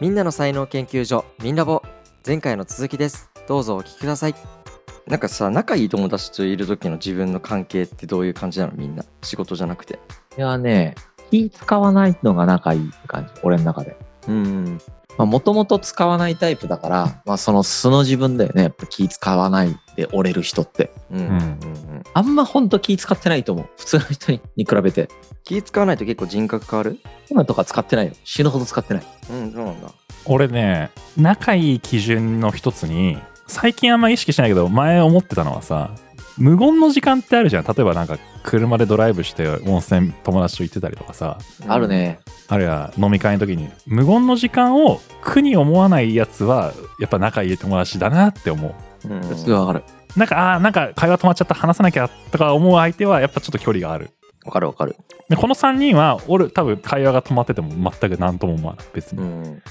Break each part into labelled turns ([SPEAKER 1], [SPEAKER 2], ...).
[SPEAKER 1] みんなの才能研究所みんラボ前回の続きですどうぞお聞きくださいなんかさ仲いい友達といる時の自分の関係ってどういう感じなのみんな仕事じゃなくて
[SPEAKER 2] いやね、気使わないのが仲いいって感じ、俺の中で。
[SPEAKER 1] うん
[SPEAKER 2] まあ、もともと使わないタイプだから、まあ、その素の自分だよね。やっぱ気使わないで折れる人って。
[SPEAKER 1] うんうんうんうん
[SPEAKER 2] あんまほんと気使ってないと思う。普通の人にに比べて。
[SPEAKER 1] 気使わないと結構人格変わる
[SPEAKER 2] 今とか使ってないよ。死ぬほど使ってない。
[SPEAKER 1] うんそうなんだ
[SPEAKER 3] 俺ね仲いい基準の一つに最近あんま意識しないけど前思ってたのはさ無言の時間ってあるじゃん例えばなんか車でドライブして温泉友達と行ってたりとかさ
[SPEAKER 2] あるね。
[SPEAKER 3] あるいは飲み会の時に無言の時間を苦に思わないやつはやっぱ仲いい友達だなって思う
[SPEAKER 1] うん
[SPEAKER 2] すごいわかる。
[SPEAKER 3] なんかあーなんか会話止まっちゃった話さなきゃとか思う相手はやっぱちょっと距離がある
[SPEAKER 1] わかるわかる
[SPEAKER 3] でこの3人は俺多分会話が止まってても全く何とも思わない別に、
[SPEAKER 1] ん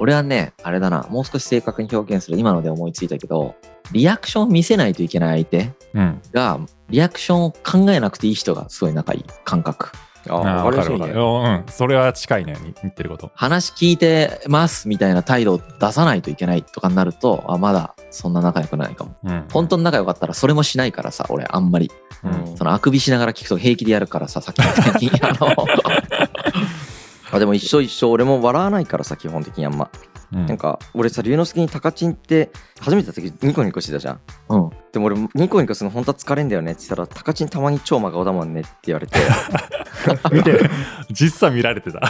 [SPEAKER 2] 俺はね、あれだな。もう少し正確に表現する。今ので思いついたけど、リアクションを見せないといけない相手
[SPEAKER 3] うん、
[SPEAKER 2] が、リアクションを考えなくていい人がすごい仲いい感覚。
[SPEAKER 1] あ
[SPEAKER 3] あー
[SPEAKER 1] わか
[SPEAKER 3] わ
[SPEAKER 1] り
[SPEAKER 3] か
[SPEAKER 1] やす
[SPEAKER 3] る
[SPEAKER 1] い
[SPEAKER 3] わか
[SPEAKER 1] ね
[SPEAKER 3] る、うん、それは近いねに言ってること
[SPEAKER 2] 話聞いてますみたいな態度を出さないといけないとかになるとあまだそんな仲良くないかも
[SPEAKER 3] うん
[SPEAKER 2] 本当に仲良かったらそれもしないからさ俺あんまり
[SPEAKER 3] うん
[SPEAKER 2] そのあくびしながら聞くと平気でやるからささっきみたい にあの
[SPEAKER 1] あでも一緒一緒俺も笑わないからさ基本的にあんま
[SPEAKER 3] うん
[SPEAKER 1] なんか俺さ龍之介にタカチンって初めて会った時ニコニコしてたじゃん
[SPEAKER 2] うん
[SPEAKER 1] でも俺ニコニコするの本当は疲れんだよねって言ったらタカチンたまに超真顔だもんねって言われて
[SPEAKER 3] 見てる実は見られてた、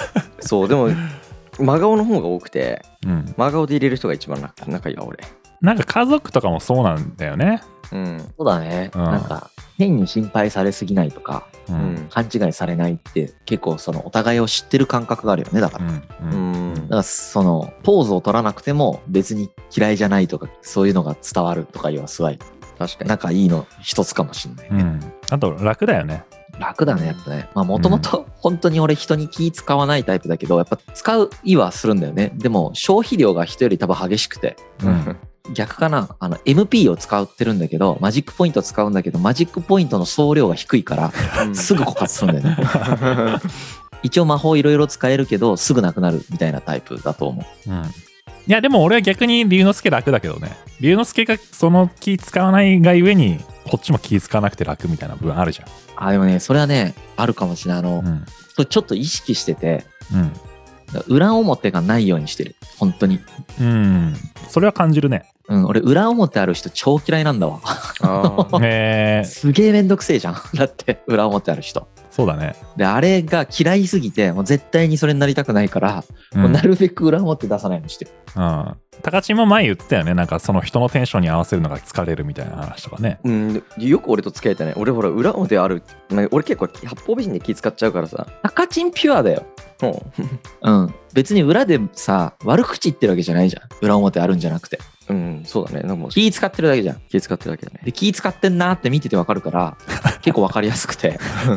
[SPEAKER 1] そうでも真顔の方が多くて
[SPEAKER 3] うん、
[SPEAKER 1] 真顔で入れる人が一番仲仲いいわ俺
[SPEAKER 3] なんか家族とかもそうなんだよね
[SPEAKER 1] うん
[SPEAKER 2] そうだね、
[SPEAKER 3] うん
[SPEAKER 2] なんか変に心配されすぎないとか
[SPEAKER 3] う
[SPEAKER 1] うんん
[SPEAKER 2] 勘違いされないって結構そのお互いを知ってる感覚があるよねだか
[SPEAKER 3] う
[SPEAKER 2] ら、だ
[SPEAKER 3] ん
[SPEAKER 1] う
[SPEAKER 3] うん
[SPEAKER 1] ん
[SPEAKER 2] からそのポーズを取らなくても別に嫌いじゃないとかそういうのが伝わるとかいうのはすごい
[SPEAKER 1] 確かに
[SPEAKER 2] 仲いいの一つかもしんないね、
[SPEAKER 3] うんあと楽だよね
[SPEAKER 2] 楽だねやっぱねまあもともと 本当に俺人に気使わないタイプだけどやっぱ使う意はするんだよねでも消費量が人より多分激しくて
[SPEAKER 3] うん
[SPEAKER 2] 逆かなあの MP を使ってるんだけどマジックポイント使うんだけどマジックポイントの総量が低いから
[SPEAKER 1] うん
[SPEAKER 2] すぐ枯渇するんだよ ね一応魔法いろいろ使えるけどすぐなくなるみたいなタイプだと思
[SPEAKER 3] うんいやでも俺は逆に龍之介楽だけどね龍之介がその気使わないがゆえにこっちも気使わなくて楽みたいな部分あるじ
[SPEAKER 2] うあでもねそれはねあるかもしれないあ
[SPEAKER 3] ゃ
[SPEAKER 2] の
[SPEAKER 3] ん、うん
[SPEAKER 2] それちょっと意識してて
[SPEAKER 3] うん
[SPEAKER 2] 裏表がないようにしてる本当に
[SPEAKER 3] うん、それは感じるね
[SPEAKER 2] うん俺裏表ある人超嫌いなんだわ
[SPEAKER 1] あー
[SPEAKER 3] えー、
[SPEAKER 2] すげえめんどくせえじゃん。 だって、裏表ある人。
[SPEAKER 3] そうだね、
[SPEAKER 2] で、あれが嫌いすぎて、もう絶対にそれになりたくないから、
[SPEAKER 3] うん
[SPEAKER 2] もうなるべく裏表出さないようにしてる。
[SPEAKER 3] うん、高知も前言ってたよねなんかその人のテンションに合わせるのが疲れるみたいな話とか ね
[SPEAKER 1] うん、よく俺と付き合えたね俺ほら裏表あるなんか俺結構八方美人で気使っちゃうからさ
[SPEAKER 2] 赤チンピュアだよ。
[SPEAKER 1] も
[SPEAKER 2] うん。別に裏でさ、悪口言ってるわけじゃないじゃん。裏表あるんじゃなくて。
[SPEAKER 1] ううんそうだねなんかもう
[SPEAKER 2] 気使ってるだけじゃん。
[SPEAKER 1] 気使ってるだけだね
[SPEAKER 2] で、気使ってんなって見ててわかるから、 結構わかりやすくて、
[SPEAKER 3] 確か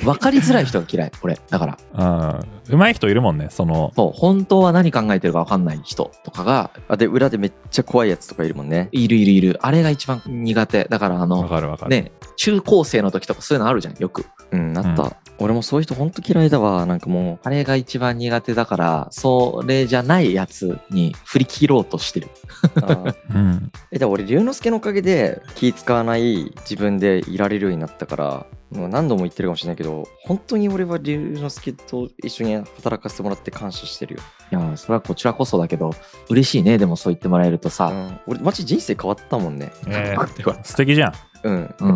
[SPEAKER 3] に
[SPEAKER 2] わかりづらい人が嫌い。俺、だから。
[SPEAKER 3] うんうまい人いるもんねその
[SPEAKER 2] そう、本当は何考えてるかわかんない人とかが、
[SPEAKER 1] あで裏でめっちゃ怖いやつとかいるもんね
[SPEAKER 2] いるいるいる。あれが一番苦手。だから、あ
[SPEAKER 3] わ
[SPEAKER 2] の、
[SPEAKER 3] かるわかる、
[SPEAKER 2] ね、中高生の時とかそういうのあるじゃん、よく。
[SPEAKER 1] うんなった、俺もそういう人ほんと嫌いだわなんかも
[SPEAKER 2] あれが一番苦手だから、それじゃないやつに振り切ろうとしてる。
[SPEAKER 1] うあー
[SPEAKER 3] うん、
[SPEAKER 1] えでも俺龍之介のおかげで気使わない自分でいられるようになったからもう何度も言ってるかもしれないけど本当に俺は龍之介と一緒に働かせてもらって感謝してるよ、
[SPEAKER 2] いや、それはこちらこそだけど、嬉しいね、でもそう言ってもらえると
[SPEAKER 1] う
[SPEAKER 2] さ。
[SPEAKER 1] ん、俺マジ人生変わったもんね
[SPEAKER 3] え
[SPEAKER 2] あでは
[SPEAKER 3] ー素敵じゃん
[SPEAKER 1] うん、
[SPEAKER 2] う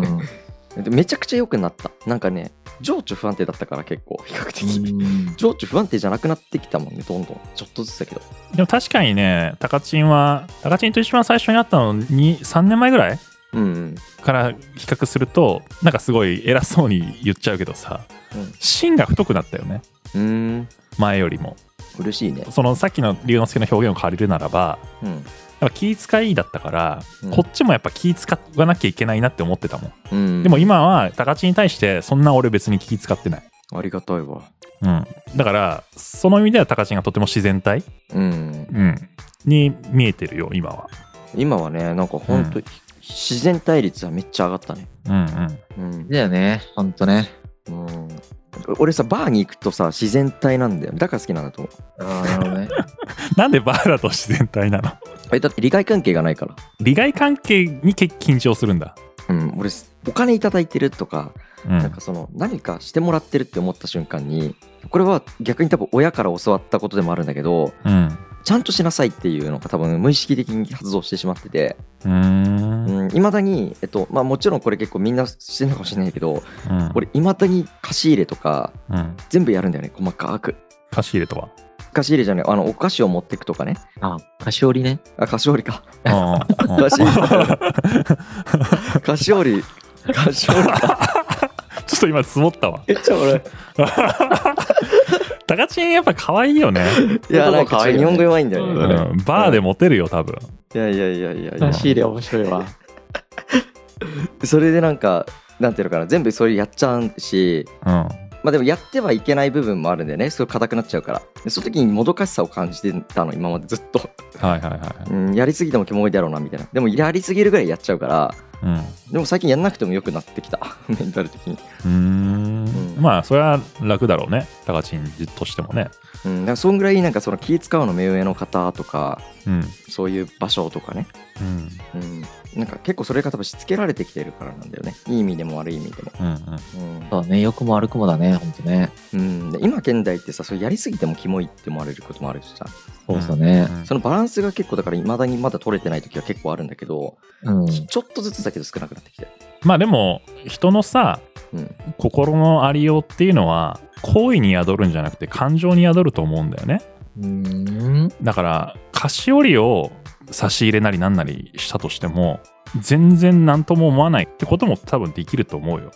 [SPEAKER 2] ん。
[SPEAKER 1] でめちゃくちゃ良くなったなんかね情緒不安定だったから結構比較的、情緒不安定じゃなくなってきたもんねどんどんちょっとずつだけど
[SPEAKER 3] でも確かにねタカチンはタカチンと一番最初に会ったのに3年前ぐらい
[SPEAKER 1] うんうん
[SPEAKER 3] から比較するとなんかすごい偉そうに言っちゃうけどさ、
[SPEAKER 1] うん
[SPEAKER 3] 芯が太くなったよね
[SPEAKER 1] うーん
[SPEAKER 3] 前よりも
[SPEAKER 1] 嬉しいね
[SPEAKER 3] そのさっきの龍之介の表現を借りるならば
[SPEAKER 1] うん
[SPEAKER 3] やっぱ気遣いだったから、
[SPEAKER 1] うん
[SPEAKER 3] こっちもやっぱ気遣わなきゃいけないなって思ってたもん、
[SPEAKER 1] うん
[SPEAKER 3] でも今は高知に対してそんな俺別に気遣ってない、
[SPEAKER 1] ありがたいわ
[SPEAKER 3] うん、だからその意味では高知がとても自然体、
[SPEAKER 1] うん
[SPEAKER 3] うん、に見えてるよ今は
[SPEAKER 1] 今はねなんかほんと、
[SPEAKER 3] う
[SPEAKER 1] 自然対立はめっちゃ上がったね
[SPEAKER 3] うんうん
[SPEAKER 1] うん、
[SPEAKER 2] だよね、ほんとね。
[SPEAKER 1] うん、俺さバーに行くとさ自然体なんだよだから好きなんだと思う
[SPEAKER 2] ああ、なるほどね。
[SPEAKER 3] なんでバーだと自然体なの
[SPEAKER 1] えだって利害関係がないから
[SPEAKER 3] 利害関係に結緊張するんだ。
[SPEAKER 1] うん俺お金いただいてるとか
[SPEAKER 3] うん
[SPEAKER 1] なんかその何かしてもらってるって思った瞬間にこれは逆に多分親から教わったことでもあるんだけど
[SPEAKER 3] うん。
[SPEAKER 1] ちゃんとしなさいっていうのが多分無意識的に発動してしまってて
[SPEAKER 3] うーん。うん
[SPEAKER 1] いま、未だに、えっとまあ、もちろんこれ結構みんなしてるのかもしれないけど俺いまだに貸し入れとか
[SPEAKER 3] うん。
[SPEAKER 1] 全部やるんだよね細かく
[SPEAKER 3] 貸し入れとは。
[SPEAKER 1] 貸し入れじゃないあのお菓子を持ってくとかね
[SPEAKER 2] あ、菓子折りね。
[SPEAKER 1] あ菓子折りか
[SPEAKER 3] うん うんう
[SPEAKER 1] 菓
[SPEAKER 3] ん
[SPEAKER 1] 子菓子折り菓子折りか
[SPEAKER 3] ちょっと今、積もったわ。
[SPEAKER 1] えじゃあ俺
[SPEAKER 3] 高知やっぱ可愛いよね。
[SPEAKER 1] いやなんかちょっと日本語弱いんだよ
[SPEAKER 3] う
[SPEAKER 1] ね、
[SPEAKER 3] ん
[SPEAKER 1] 俺
[SPEAKER 3] バーでモテるよ、多分。
[SPEAKER 1] いやいやいやいやいや
[SPEAKER 2] 菓子入れ面白いわ。
[SPEAKER 1] それでなんかなんていうのかな全部それやっちゃうし
[SPEAKER 3] うん。
[SPEAKER 1] まあでもやってはいけない部分もあるんだよねすごい硬くなっちゃうからでその時にもどかしさを感じてたの今までずっと、
[SPEAKER 3] はいはいはい。
[SPEAKER 1] うん、やりすぎてもキモいだろうなみたいなでもやりすぎるぐらいやっちゃうから
[SPEAKER 3] うん。
[SPEAKER 1] でも最近やんなくても良くなってきた メンタル的に、
[SPEAKER 3] うーん
[SPEAKER 1] うん
[SPEAKER 3] まあそれは楽だろうね高知としてもね
[SPEAKER 1] うん、だからそんぐらいなんかその気使うの目上の方とか
[SPEAKER 3] うん、
[SPEAKER 1] そういう場所とかね、
[SPEAKER 3] うん
[SPEAKER 1] うん、なんか結構それが多分しつけられてきてるからなんだよねいい意味でも悪い意味でも、
[SPEAKER 3] うん
[SPEAKER 1] うん
[SPEAKER 2] そうね、良くも悪くもだね、ほんとね。
[SPEAKER 1] うん、で今現代ってさそれやりすぎてもキモいって思われることもあるしさ
[SPEAKER 2] そうだね。
[SPEAKER 3] うん
[SPEAKER 1] そのバランスが結構だからいまだにまだ取れてない時は結構あるんだけど、
[SPEAKER 2] うん。
[SPEAKER 1] ちょっとずつだけど少なくなってきて、
[SPEAKER 3] まあでも人のさ
[SPEAKER 1] うん、
[SPEAKER 3] 心のありようっていうのは行為に宿るんじゃなくて感情に宿ると思うんだよね
[SPEAKER 2] うん。
[SPEAKER 3] だから菓子折りを差し入れなりなんなりしたとしても全然何とも思わないってことも多分できると思うよ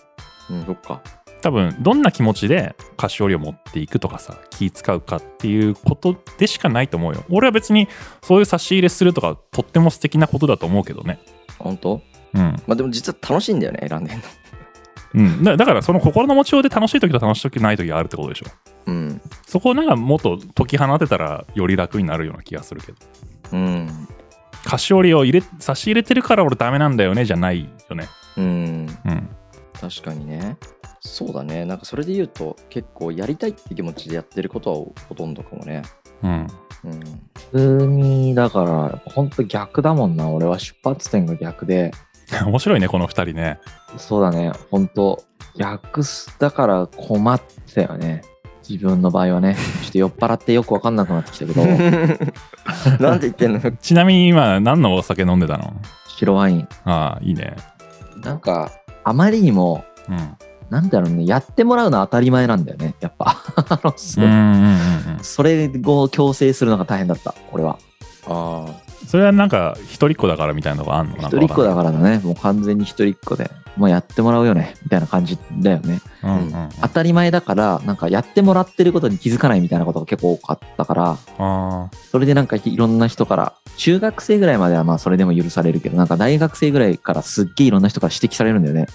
[SPEAKER 1] うん、そっか
[SPEAKER 3] 多分どんな気持ちで菓子折りを持っていくとかさ気使うかっていうことでしかないと思うよ俺は別にそういう差し入れするとかとっても素敵なことだと思うけどね
[SPEAKER 1] 本当
[SPEAKER 3] うん、
[SPEAKER 1] まあでも実は楽しいんだよね選んでんの
[SPEAKER 3] うん、だだからその心の持ちようで楽しい時と楽しい時ない時があるってことでしょ
[SPEAKER 1] うん
[SPEAKER 3] そこをなんかもっと解き放てたらより楽になるような気がするけど
[SPEAKER 1] うん
[SPEAKER 3] 菓子折りを入れ差し入れてるから俺ダメなんだよねじゃないよね
[SPEAKER 1] うん
[SPEAKER 3] うん
[SPEAKER 1] 確かにねそうだねなんかそれで言うと結構やりたいって気持ちでやってることはほとんどかもね
[SPEAKER 3] うん
[SPEAKER 1] うん
[SPEAKER 2] 普通に、だから、ほんと逆だもんな。俺は出発点が逆で。
[SPEAKER 3] 面白いねこの2人ね
[SPEAKER 2] そうだね、ほんと。逆す、だから困ったよね。自分の場合はね。ちょっと酔っ払ってよくわかんなくなってきた けど、
[SPEAKER 1] なんて言ってんの
[SPEAKER 3] ちなみに今何のお酒飲んでたの
[SPEAKER 2] 白ワイン。
[SPEAKER 3] ああいいね
[SPEAKER 2] なんか、あまりにも、
[SPEAKER 3] うん
[SPEAKER 2] なんだろうね、やってもらうのは当たり前なんだよね、やっぱ。 あのそう
[SPEAKER 3] うんうんうんうん
[SPEAKER 2] それを強制するのが大変だった、俺は。
[SPEAKER 1] あ
[SPEAKER 3] それはなんか一人っ子だからみたいなのがあんのな
[SPEAKER 2] 一
[SPEAKER 3] んか
[SPEAKER 2] 人
[SPEAKER 3] わ
[SPEAKER 2] っ子だからだね、もう完全に一人っ子で、もうやってもらうよね、みたいな感じだよね。
[SPEAKER 3] かんないうんうんうん
[SPEAKER 2] 当たり前だから、なんかやってもらってることに気づかないみたいなことが結構多かったから、
[SPEAKER 3] あ
[SPEAKER 2] それでなんかいろんな人から、中学生ぐらいまではまあそれでも許されるけど、なんか大学生ぐらいからすっげえいろんな人から指摘されるんだよね。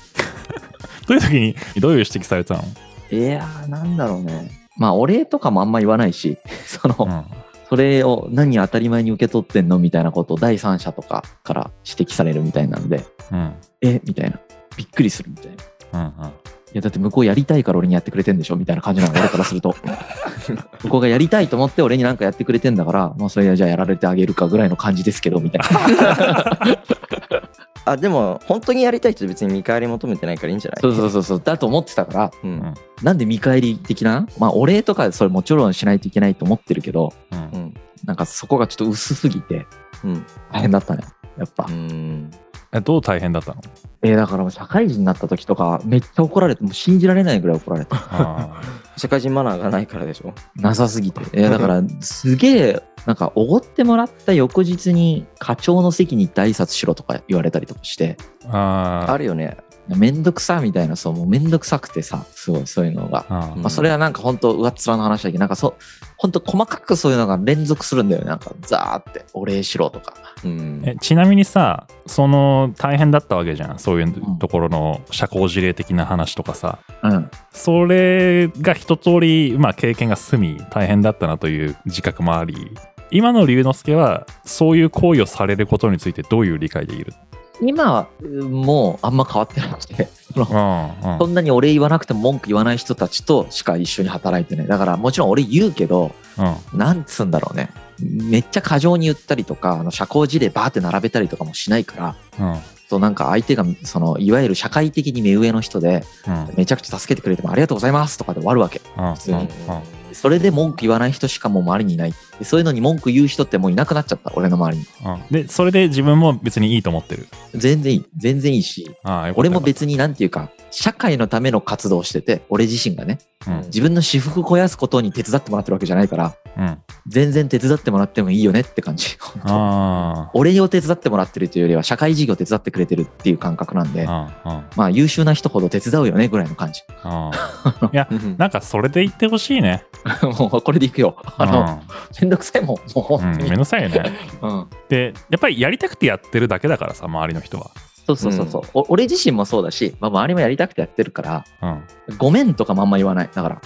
[SPEAKER 3] ーどういう時にどういう指摘されてたの、
[SPEAKER 2] いやー、なんだろうね。まあお礼とかもあんま言わないし、 その、
[SPEAKER 3] うん
[SPEAKER 2] それを何当たり前に受け取ってんのみたいなことを第三者とかから指摘されるみたいなんで、
[SPEAKER 3] うん
[SPEAKER 2] えみたいな。びっくりするみたいな。い
[SPEAKER 3] うんうん
[SPEAKER 2] や、だって向こうやりたいから俺にやってくれてんでしょみたいな感じなの、俺からする と。向こうがやりたいと思って俺になんかやってくれてんだから、まあそれはじゃあやられてあげるかぐらいの感じですけど、みたいな。
[SPEAKER 1] ああでも本当にやりたい人別に見返り求めてないからいいんじゃない
[SPEAKER 2] そうそうそうそう。だと思ってたから、
[SPEAKER 1] う、ん
[SPEAKER 2] なんで見返り的なまあお礼とかそれもちろんしないといけないと思ってるけど、
[SPEAKER 3] う
[SPEAKER 1] うんん
[SPEAKER 2] なんかそこがちょっと薄すぎて
[SPEAKER 1] うん
[SPEAKER 2] 大変だったね。やっぱ
[SPEAKER 1] う。ん
[SPEAKER 3] えどう大変だ ったの
[SPEAKER 2] えーだからもう社会人になった時とかめっちゃ怒られて、もう信じられないぐらい怒られた。
[SPEAKER 3] あ
[SPEAKER 1] 社会人マナーがないからでしょ
[SPEAKER 2] なさすぎて。えーだからすげえ、なんかおごってもらった翌日に課長の席に行って挨拶しろとか言われたりとかして、
[SPEAKER 3] ーあ
[SPEAKER 1] あ
[SPEAKER 3] ー
[SPEAKER 1] るよね
[SPEAKER 2] めんどくさみたいな、そう、もうめんどくさくてさ、すごいそういうのが。
[SPEAKER 3] あー
[SPEAKER 1] うん
[SPEAKER 2] まあ、それはなんか本当上っ面の話だけどなんかそう本当細かくそういうのが連続するんだよねなんかザーってお礼しろとか
[SPEAKER 1] うん
[SPEAKER 3] えちなみにさその大変だったわけじゃんそういうところの社交辞令的な話とかさ
[SPEAKER 2] うん
[SPEAKER 3] それが一通りまあ経験が済み大変だったなという自覚もあり今の龍之介はそういう行為をされることについてどういう理解でいる
[SPEAKER 2] 今はうんもうあんま変わってなくてその
[SPEAKER 3] うん
[SPEAKER 2] そんなに俺言わなくても文句言わない人たちとしか一緒に働いてない。だからもちろん俺言うけど、
[SPEAKER 3] うん
[SPEAKER 2] なんつうんだろうね。めっちゃ過剰に言ったりとか、あの社交辞令バーって並べたりとかもしないから、
[SPEAKER 3] うん
[SPEAKER 2] となんか相手が、その、いわゆる社会的に目上の人で、
[SPEAKER 3] うん
[SPEAKER 2] めちゃくちゃ助けてくれてもありがとうございますとかで終わるわけ。
[SPEAKER 3] うん
[SPEAKER 2] 普通に
[SPEAKER 3] うん
[SPEAKER 2] それで文句言わない人しかもう周りにいない。でそういうのに文句言う人ってもういなくなっちゃった、俺の周りに。
[SPEAKER 3] うんでそれで自分も別にいいと思ってる
[SPEAKER 2] 全然いい。全然いいし、
[SPEAKER 3] ああよかった
[SPEAKER 2] 俺も別になんていうか、社会のための活動をしてて、俺自身がね、
[SPEAKER 3] うん
[SPEAKER 2] 自分の私服肥やすことに手伝ってもらってるわけじゃないから、
[SPEAKER 3] うんあ
[SPEAKER 2] 全然手伝ってもらってもいいよねって感じ。
[SPEAKER 3] あ
[SPEAKER 2] 俺を手伝ってもらってるというよりは、社会事業手伝ってくれてるっていう感覚なんで、
[SPEAKER 3] うんうん
[SPEAKER 2] まあ優秀な人ほど手伝うよねぐらいの感じ。
[SPEAKER 3] あ
[SPEAKER 1] うん
[SPEAKER 3] なんかそれで言ってほしいね。
[SPEAKER 2] もうこれでいくよ。あの、めんどくさいもん。もう
[SPEAKER 3] うん、
[SPEAKER 2] 本
[SPEAKER 3] うん
[SPEAKER 2] 当
[SPEAKER 3] めん
[SPEAKER 2] に。
[SPEAKER 3] どくさいよね。
[SPEAKER 2] うん。
[SPEAKER 3] で、やっぱりやりたくてやってるだけだからさ、周りの人は。
[SPEAKER 2] そうそうそうそう、お俺自身もそうだし、まあ周りもやりたくてやってるから、
[SPEAKER 3] うん。
[SPEAKER 2] ごめんとかもあんま言わない。だから、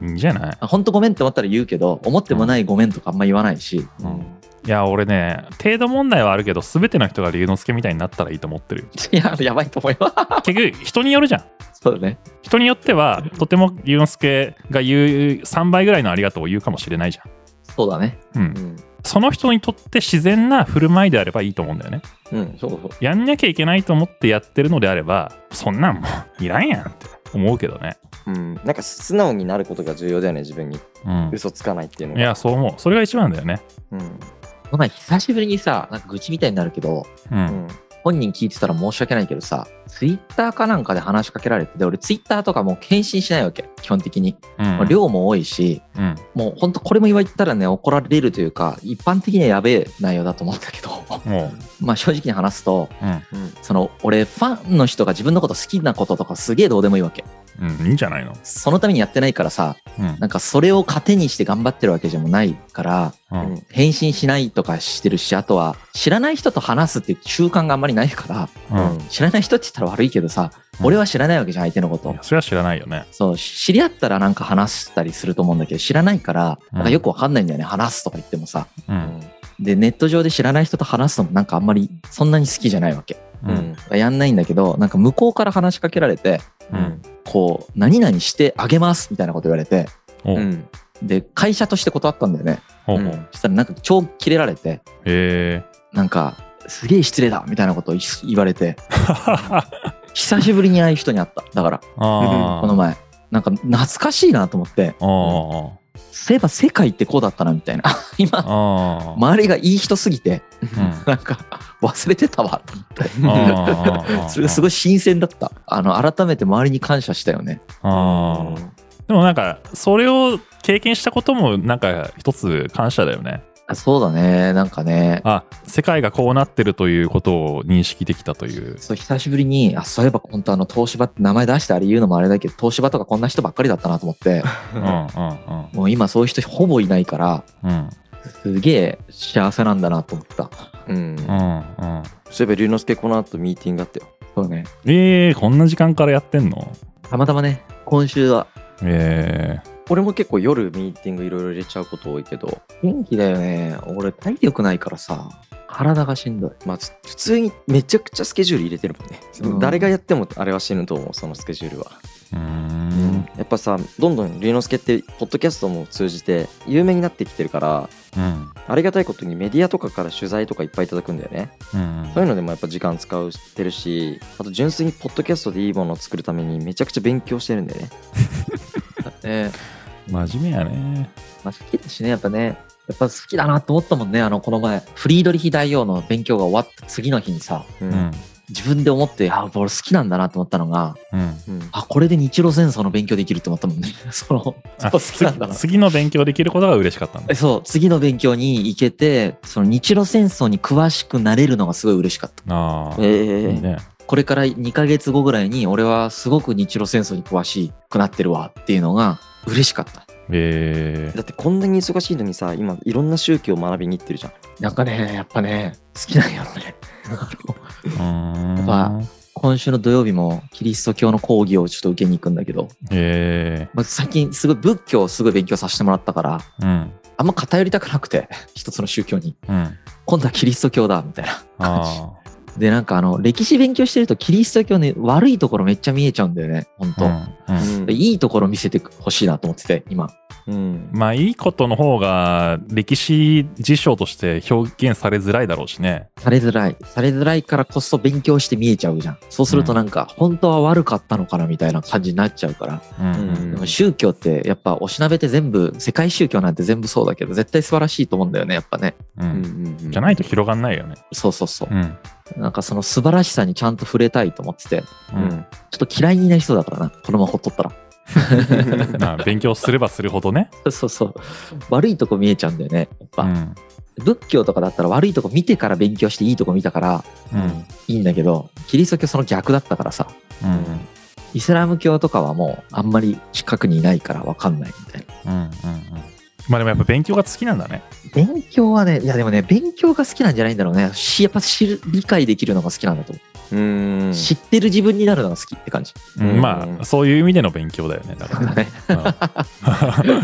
[SPEAKER 3] うん。いいんじゃない
[SPEAKER 2] あ本当ごめんって思ったら言うけど、思ってもないごめんとかあんま言わ ないし、
[SPEAKER 1] うん
[SPEAKER 3] いや、俺ね、程度問題はあるけど、すべての人が龍之介みたいになったらいいと思ってる よ。
[SPEAKER 2] いや、やばいと思います。
[SPEAKER 3] 結局、人によるじゃん。
[SPEAKER 2] そうだね。
[SPEAKER 3] 人によっては、とても龍之介が言う3倍ぐらいのありがとうを言うかもしれないじ
[SPEAKER 2] そうだね。
[SPEAKER 3] ゃん。うん
[SPEAKER 1] う。ん
[SPEAKER 3] その人にとって自然な振る舞いであればいいと思うんだよね。
[SPEAKER 1] うんそうそう
[SPEAKER 3] やんなきゃいけないと思ってやってるのであれば、そんなんもういらんやんって思うけどね。
[SPEAKER 1] うんなんか素直になることが重要だよね自分に
[SPEAKER 3] うん。
[SPEAKER 1] 嘘つかないっていうの
[SPEAKER 3] い
[SPEAKER 1] が
[SPEAKER 3] や、そう思う。それが一番だよね。
[SPEAKER 1] うん
[SPEAKER 2] この前久しぶりにさ、なんか愚痴みたいになるけど、
[SPEAKER 3] う。
[SPEAKER 1] うんん
[SPEAKER 2] 本人聞いてたら申し訳ないけどさ、ツイッターかなんかで話しかけられて、で、俺ツイッターとかもう返信しないわけ、基本的に。
[SPEAKER 3] うん
[SPEAKER 2] まあ量も多いし、
[SPEAKER 3] うん。
[SPEAKER 2] もうほんとこれも言われたらね、怒られるというか、一般的にはやべえ内容だと思ったけど、
[SPEAKER 3] も
[SPEAKER 2] まあ正直に話すと、
[SPEAKER 3] う、うん。
[SPEAKER 1] うん
[SPEAKER 2] その、俺ファンの人が自分のこと好きなこととかすげえどうでもいいわけ。
[SPEAKER 3] うん、いいんじゃないの
[SPEAKER 2] そのためにやってないからさ、
[SPEAKER 3] うん
[SPEAKER 2] なんかそれを糧にして頑張ってるわけでもないから、
[SPEAKER 3] うん。
[SPEAKER 2] 返信しないとかしてるし、あとは知らない人と話すっていう習慣があんまりないから、
[SPEAKER 3] うん。
[SPEAKER 2] 知らない人って言ったら悪いけどさ、
[SPEAKER 3] うん
[SPEAKER 2] 俺は知らないわけじゃん、相手のこと。
[SPEAKER 3] いやそれは知らないよね。
[SPEAKER 2] そう、知り合ったらなんか話したりすると思うんだけど、知らないから、
[SPEAKER 3] うん
[SPEAKER 2] なんかよくわかんないんだよね、話すとか言ってもさ。
[SPEAKER 3] う。
[SPEAKER 1] うんん
[SPEAKER 2] で、ネット上で知らない人と話すのもなんかあんまりそんなに好きじゃないわけ。
[SPEAKER 3] う。
[SPEAKER 1] うんん
[SPEAKER 2] やんないんだけど、なんか向こうから話しかけられて、
[SPEAKER 3] うん。
[SPEAKER 2] こう、何々してあげますみたいなこと言われて、
[SPEAKER 3] お
[SPEAKER 1] う
[SPEAKER 3] うん
[SPEAKER 2] で、会社として断ったんだよね。
[SPEAKER 3] お
[SPEAKER 1] うん
[SPEAKER 3] う
[SPEAKER 2] そしたらなんか超キレられて、
[SPEAKER 3] へえ。
[SPEAKER 2] なんか、すげえ失礼だみたいなことを言われて、久しぶりにああいう人に会った。だから、
[SPEAKER 3] ああ。
[SPEAKER 2] この前。なんか懐かしいなと思って、
[SPEAKER 3] あ
[SPEAKER 2] そういえば世界ってこうだったなみたいな。 今、
[SPEAKER 3] あ。ああ。
[SPEAKER 2] 周りがいい人すぎて、
[SPEAKER 3] うん
[SPEAKER 2] なんか忘れてたわと思って。
[SPEAKER 3] ああ。
[SPEAKER 2] それすご
[SPEAKER 3] い。
[SPEAKER 2] い新鮮だった。あの、改めて周りに感謝したよね。
[SPEAKER 3] ああ。でもなんか、それを経験したことも、なんか、一つ感謝だよね。
[SPEAKER 2] あそうだね。なんかね。
[SPEAKER 3] あ、世界がこうなってるということを認識できたという。
[SPEAKER 2] そう久しぶりに、あ、そういえば本当あの東芝って名前出してあれ言うのもあれだけど、東芝とかこんな人ばっかりだったなと思って、
[SPEAKER 3] うんうんうん
[SPEAKER 2] もう今そういう人ほぼいないから、
[SPEAKER 3] うん。
[SPEAKER 2] すげえ幸せなんだなと思った。
[SPEAKER 1] うん
[SPEAKER 3] うんうん。
[SPEAKER 1] そういえば龍之介この後ミーティングあったよ
[SPEAKER 2] そうね。
[SPEAKER 3] ええ、こんな時間からやってんの
[SPEAKER 2] たまたまね、今週は
[SPEAKER 3] ええ。
[SPEAKER 1] 俺も結構夜ミーティングいろいろ入れちゃうこと多いけど
[SPEAKER 2] 元気だよね。俺体力ないからさ、体がしんどい。
[SPEAKER 1] まあつ普通にめちゃくちゃスケジュール入れてるもんね、
[SPEAKER 2] うん
[SPEAKER 1] 誰がやってもあれは死ぬと思うそのスケジュールは
[SPEAKER 3] うーん。
[SPEAKER 1] やっぱさどんどん龍之介ってポッドキャストも通じて有名になってきてるから
[SPEAKER 3] うん。
[SPEAKER 1] ありがたいことにメディアとかから取材とかいっぱいいただくんだよね
[SPEAKER 3] うん
[SPEAKER 1] そういうのでもやっぱ時間使うしてるしあと純粋にポッドキャストでいいものを作るためにめちゃくちゃ勉強してるんだよね
[SPEAKER 2] ね、
[SPEAKER 3] 真面目やね。
[SPEAKER 2] まあ、好きだしね、やっぱね。やっぱ好きだなと思ったもんね、あの、この前、フリードリヒ大王の勉強が終わった次の日にさ、
[SPEAKER 1] う
[SPEAKER 3] うんん。
[SPEAKER 2] 自分で思って、あ、俺好きなんだなと思ったのが、
[SPEAKER 3] うん。
[SPEAKER 1] うん
[SPEAKER 2] あ、これで日露戦争の勉強できると思ったもんね。 その、そう
[SPEAKER 3] あ
[SPEAKER 2] 好きなんだな
[SPEAKER 3] 次。次の勉強できることが嬉しかったんだ
[SPEAKER 2] え。そう、次の勉強に行けて、その日露戦争に詳しくなれるのがすごい嬉しかった。
[SPEAKER 3] ああ。
[SPEAKER 1] ええ
[SPEAKER 3] いいね。
[SPEAKER 2] これから2ヶ月後ぐらいに、俺はすごく日露戦争に詳しくなってるわっていうのが嬉しかった。
[SPEAKER 3] ええ
[SPEAKER 1] だってこんなに忙しいのにさ今いろんな宗教を学びに行ってるじゃん
[SPEAKER 2] なんかね、やっぱね、好きなんやろね。
[SPEAKER 3] うーん。
[SPEAKER 2] ま 今週の土曜日もキリスト教の講義をちょっと受けに行くんだけど、
[SPEAKER 3] え
[SPEAKER 2] まあ、最近すごい仏教をすごい勉強させてもらったから、
[SPEAKER 3] えうん。
[SPEAKER 2] あんま偏りたくなくて、一つの宗教に。
[SPEAKER 3] うん。
[SPEAKER 2] 今度はキリスト教だ、みたいな
[SPEAKER 3] あ
[SPEAKER 2] 感じ。
[SPEAKER 3] あ。
[SPEAKER 2] で、なんかあの、歴史勉強してると、キリスト教ね、悪いところめっちゃ見えちゃうんだよね、本当、
[SPEAKER 3] うんうん
[SPEAKER 1] うん
[SPEAKER 2] いいところ見せてほしいなと思ってて、今。
[SPEAKER 1] うん
[SPEAKER 3] まあいいことの方が歴史事象として表現されづらいだろうしね。
[SPEAKER 2] されづらい。されづらいからこそ勉強して見えちゃうじゃん。そうするとなんか、本当は悪かったのかなみたいな感じになっちゃうから。
[SPEAKER 3] うん
[SPEAKER 1] うん
[SPEAKER 2] でも宗教って、やっぱ、おしなべて全部、世界宗教なんて全部そうだけど、絶対素晴らしいと思うんだよね、やっぱね。
[SPEAKER 3] う
[SPEAKER 1] うん
[SPEAKER 3] ん
[SPEAKER 1] うん
[SPEAKER 3] じゃないと広がんないよね。
[SPEAKER 2] そうそうそう
[SPEAKER 3] う。ん
[SPEAKER 2] なんかその素晴らしさにちゃんと触れたいと思ってて、
[SPEAKER 3] う
[SPEAKER 1] うんん
[SPEAKER 2] ちょっと嫌いになりそうだからな、このままほっとったら。
[SPEAKER 3] まあ勉強すればするほどね。
[SPEAKER 2] そうそうそう。悪いとこ見えちゃうんだよね、やっぱ。
[SPEAKER 3] うん
[SPEAKER 2] 仏教とかだったら悪いとこ見てから勉強していいとこ見たから
[SPEAKER 3] うん
[SPEAKER 2] いいんだけど、キリスト教その逆だったからさ、
[SPEAKER 3] うん
[SPEAKER 2] イスラム教とかはもうあんまり近くにいないからわかんないみたいな。
[SPEAKER 3] うんうんうんまあでもやっぱ勉強が好きなんだね。
[SPEAKER 2] 勉強はね、いやでもね、勉強が好きなんじゃないんだろうね。しやっぱ知る、理解できるのが好きなんだと思
[SPEAKER 1] うん
[SPEAKER 2] う。知ってる自分になるのが好きって 感じ。
[SPEAKER 1] うん
[SPEAKER 3] まあそういう意味での勉強だよね。だからね。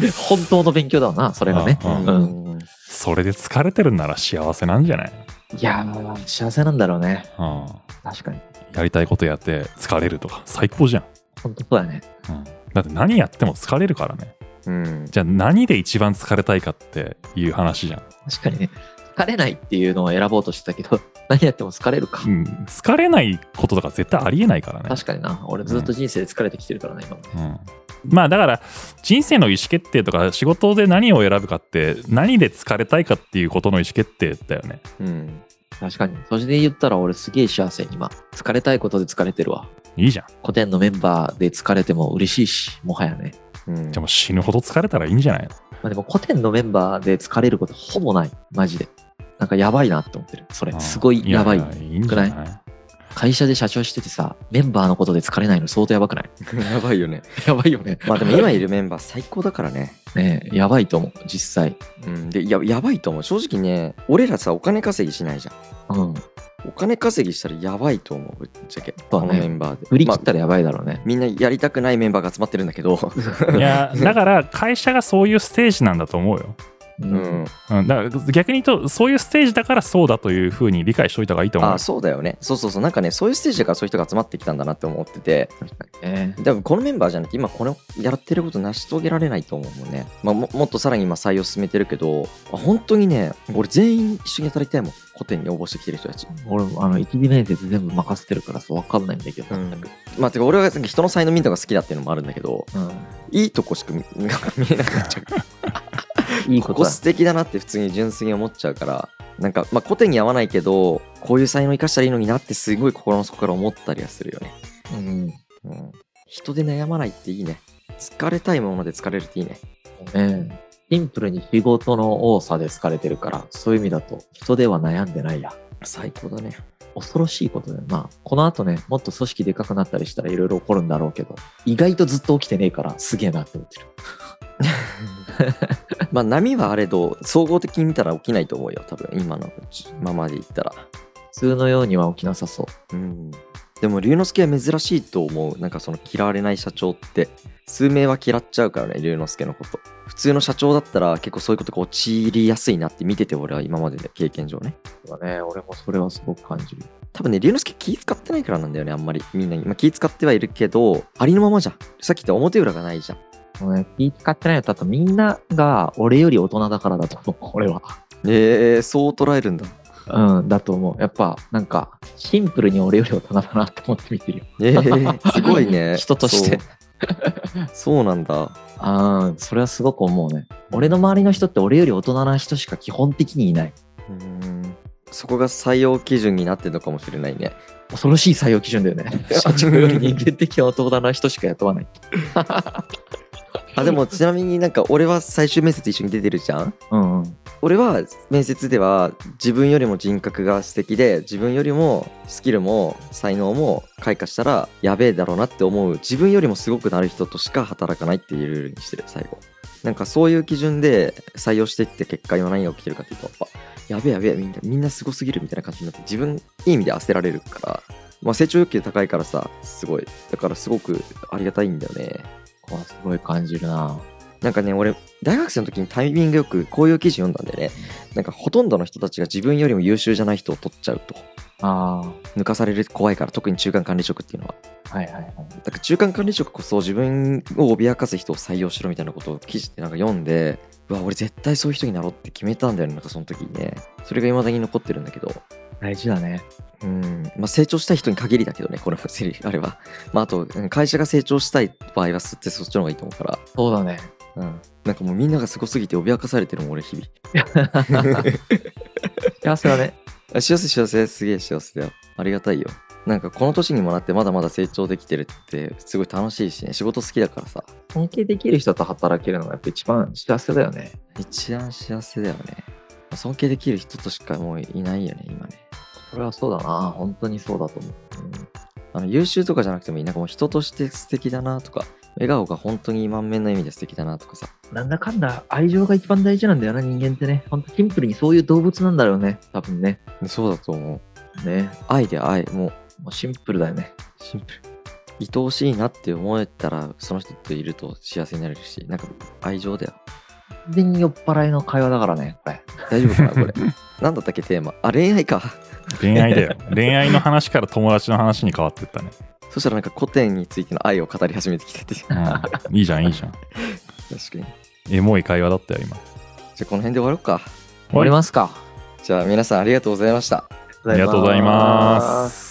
[SPEAKER 2] 本当の勉強だわな、それがね。
[SPEAKER 3] う
[SPEAKER 2] う
[SPEAKER 3] ん
[SPEAKER 2] ん
[SPEAKER 1] うん
[SPEAKER 3] それで疲れてるんなら幸せなんじゃない
[SPEAKER 2] いやー、幸せなんだろうね。
[SPEAKER 3] うん
[SPEAKER 2] 確かに。
[SPEAKER 3] やりたいことやって疲れるとか最高じゃん。
[SPEAKER 2] 本当そうだね。
[SPEAKER 3] うんだって何やっても疲れるからね。
[SPEAKER 1] うん
[SPEAKER 3] じゃあ何で一番疲れたいかっていう話じゃん。
[SPEAKER 2] 確かにね。疲れないっていうのを選ぼうとしてたけど、何やっても疲れるか。
[SPEAKER 3] うん疲れないこととか絶対ありえないからね。
[SPEAKER 2] 確かにな。俺ずっと人生で疲れてきてるからね、今もね。
[SPEAKER 3] うんまあだから人生の意思決定とか仕事で何を選ぶかって何で疲れたいかっていうことの意思決定だよね。
[SPEAKER 1] うん
[SPEAKER 2] 確かに。それで言ったら俺すげえ幸せに今。疲れたいことで疲れてるわ。
[SPEAKER 3] いいじゃん。
[SPEAKER 2] 古典のメンバーで疲れても嬉しいし、もはやね。
[SPEAKER 1] うん
[SPEAKER 3] じゃあもう死ぬほど疲れたらいいんじゃない
[SPEAKER 2] まあ、でも古典のメンバーで疲れることほぼない。マジで。なんかやばいなって思ってる。それ
[SPEAKER 3] の。
[SPEAKER 2] すごいやばい。
[SPEAKER 3] やいいんじゃない
[SPEAKER 2] く会社で社長しててさ、メンバーのことで疲れないの相当やばくない
[SPEAKER 1] やばいよね
[SPEAKER 2] やばいよね。
[SPEAKER 1] まあでも 今いるメンバー最高だからね
[SPEAKER 2] ねえやばいと思う、実際。
[SPEAKER 1] うんでややばいと思う正直ね俺らさお金稼ぎしないじゃん
[SPEAKER 2] うん。
[SPEAKER 1] お金稼ぎしたらやばいと思うぶっちゃけ
[SPEAKER 2] そ
[SPEAKER 1] こ
[SPEAKER 2] うだ
[SPEAKER 1] の
[SPEAKER 2] ね
[SPEAKER 1] メンバーで
[SPEAKER 2] 振り切
[SPEAKER 1] まあ
[SPEAKER 2] ったらやばいだろうね。
[SPEAKER 1] みんなやりたくないメンバーが集まってるんだけど、
[SPEAKER 3] いやだから会社がそういうステージなんだと思うよ。
[SPEAKER 2] う
[SPEAKER 1] う。ん、
[SPEAKER 3] うん、だから逆に言うとそういうステージだからそうだというふうに理解しといた方がいいと思う
[SPEAKER 1] あ。そうだよねそうそうそうなんかねそういうステージだからそういう人が集まってきたんだなって思ってて
[SPEAKER 2] 確かにね。
[SPEAKER 1] 多分このメンバーじゃなくて今このやってること成し遂げられないと思うもんね、まあ、ももっとさらに今採用進めてるけどあ本当にね俺全員一緒に働きたいもん古典に応募してきてる人たち
[SPEAKER 2] 俺もあの、一時面接全部任せてるからさ、わかんないんだけど。
[SPEAKER 1] うんまあてか俺はなんか人の才能見るのが好きだっていうのもあるんだけど
[SPEAKER 2] う
[SPEAKER 1] いいとこしか見 見えなくなっちゃう
[SPEAKER 2] ん。いい
[SPEAKER 1] こ
[SPEAKER 2] こと
[SPEAKER 1] こ
[SPEAKER 2] だ。
[SPEAKER 1] 素敵だなって普通に純粋に思っちゃうからなんか、まあ、古典に合わないけどこういう才能生かしたらいいのになってすごい心の底から思ったりはするよね、
[SPEAKER 2] うん。
[SPEAKER 1] うん、人で悩まないっていいね疲れたいもので疲れるっていいね
[SPEAKER 2] ねシンプルに仕事の多さで疲れてるから、そういう意味だと人では悩んでないや。
[SPEAKER 1] 最高だね
[SPEAKER 2] 恐ろしいことだよな。この後ね、もっと組織でかくなったりしたらいろいろ起こるんだろうけど、意外とずっと起きてねえから、すげえなって思ってる。
[SPEAKER 1] まあ波はあれど総合的に見たら起きないと思うよ多分今のままでいったら
[SPEAKER 2] 普通のようには起きなさそう。
[SPEAKER 1] うんでも龍之介は珍しいと思うなんかその嫌われない社長って数名は嫌っちゃうからね龍之介のこと普通の社長だったら結構そういうことが陥りやすいなって見てて俺は今までで経験上ね
[SPEAKER 2] だからね、俺もそれはすごく感じる。
[SPEAKER 1] 多分ね龍之介気使ってないからなんだよねあんまりみんなに、まあ、気使ってはいるけどありのままじゃんさっき言った表裏がないじゃん
[SPEAKER 2] もうね、気使ってないのと、あとみんなが俺より大人だからだと思う、 俺は。
[SPEAKER 1] えー、そう捉えるんだ
[SPEAKER 2] うん、だと思う。やっぱ、なんか、シンプルに俺より大人だなって思って見てるよ。
[SPEAKER 1] えー、すごいね
[SPEAKER 2] 人として
[SPEAKER 1] そうそうなんだ
[SPEAKER 2] ああ、それはすごく思うね。俺の周りの人って俺より大人な人しか基本的にいない。
[SPEAKER 1] うーんそこが採用基準になってるのかもしれないね。
[SPEAKER 2] 恐ろしい採用基準だ よね。社長より人間的な大人な人しか雇わない。
[SPEAKER 1] あでもちなみになんか俺は最終面接一緒に出てるじゃん
[SPEAKER 2] うん、うん。
[SPEAKER 1] 俺は面接では自分よりも人格が素敵で自分よりもスキルも才能も開花したらやべえだろうなって思う自分よりもすごくなる人としか働かないっていうルールにしてる最後なんかそういう基準で採用していって結果今何が起きてるかっていうとやっぱやべえやべえみんなみんなすごすぎるみたいな感じになって自分いい意味で焦られるからまあ成長欲求高いからさすごいだからすごくありがたいんだよね
[SPEAKER 2] ここはすごい感じるな。
[SPEAKER 1] なんかね、俺、大学生の時にタイミングよくこういう記事読んだんでね、なんかほとんどの人たちが自分よりも優秀じゃない人を取っちゃうと。
[SPEAKER 2] あ
[SPEAKER 1] 抜かされる怖いから特に中間管理職っていうのは
[SPEAKER 2] あ、はいはいはい。
[SPEAKER 1] だから中間管理職こそ自分を脅かす人を採用しろみたいなことを記事でなんか読んでうわ俺絶対そういう人になろうって決めたんだよねなんかその時にねそれが未だに残ってるんだけど
[SPEAKER 2] 大事だね。
[SPEAKER 1] うんまあ成長したい人に限りだけどねこのセリフあればまああとうん会社が成長したい場合はすってそっちの方がいいと思うから
[SPEAKER 2] そうだね。
[SPEAKER 1] うんなんかもうみんながすごすぎて脅かされてるもん俺日々
[SPEAKER 2] 幸せだね。
[SPEAKER 1] あ幸せ幸せすげえ幸せだよありがたいよなんかこの年にもなってまだまだ成長できてるってすごい楽しいしね仕事好きだからさ
[SPEAKER 2] 尊敬できる人と働けるのがやっぱ一番幸せだよね。
[SPEAKER 1] 一番幸せだよね尊敬できる人としかもういないよね今ね
[SPEAKER 2] それはそうだな。本当にそうだと思う。うん
[SPEAKER 1] あの優秀とかじゃなくてもいいなんかもう人として素敵だなとか笑顔が本当に満面の意味で素敵だなとかさ
[SPEAKER 2] なんだかんだ愛情が一番大事なんだよな、人間ってね。ほんとシンプルにそういう動物なんだろうね、多分ね。
[SPEAKER 1] そうだと思う
[SPEAKER 2] ね。
[SPEAKER 1] 愛で愛もう
[SPEAKER 2] もうシンプルだよね。
[SPEAKER 1] シンプル愛おしいなって思えたらその人といると幸せになれるしなんか愛情だよ
[SPEAKER 2] 完全に酔っ払いの会話だからね、これ。
[SPEAKER 1] 大丈夫かなこれなんだったっけテーマあ恋愛か
[SPEAKER 3] 恋愛だよ。恋愛の話から友達の話に変わってったね。
[SPEAKER 1] そしたらなんか古典についての愛を語り始めてきたっていう
[SPEAKER 3] うん、いいじゃん、いいじゃん。
[SPEAKER 1] 確かに
[SPEAKER 3] エモい会話だったよ、今。
[SPEAKER 1] じゃあこの辺で終わろうか
[SPEAKER 2] 終わりますか。
[SPEAKER 1] じゃあ皆さんありがとうございました
[SPEAKER 2] あ
[SPEAKER 3] ありがとうございます。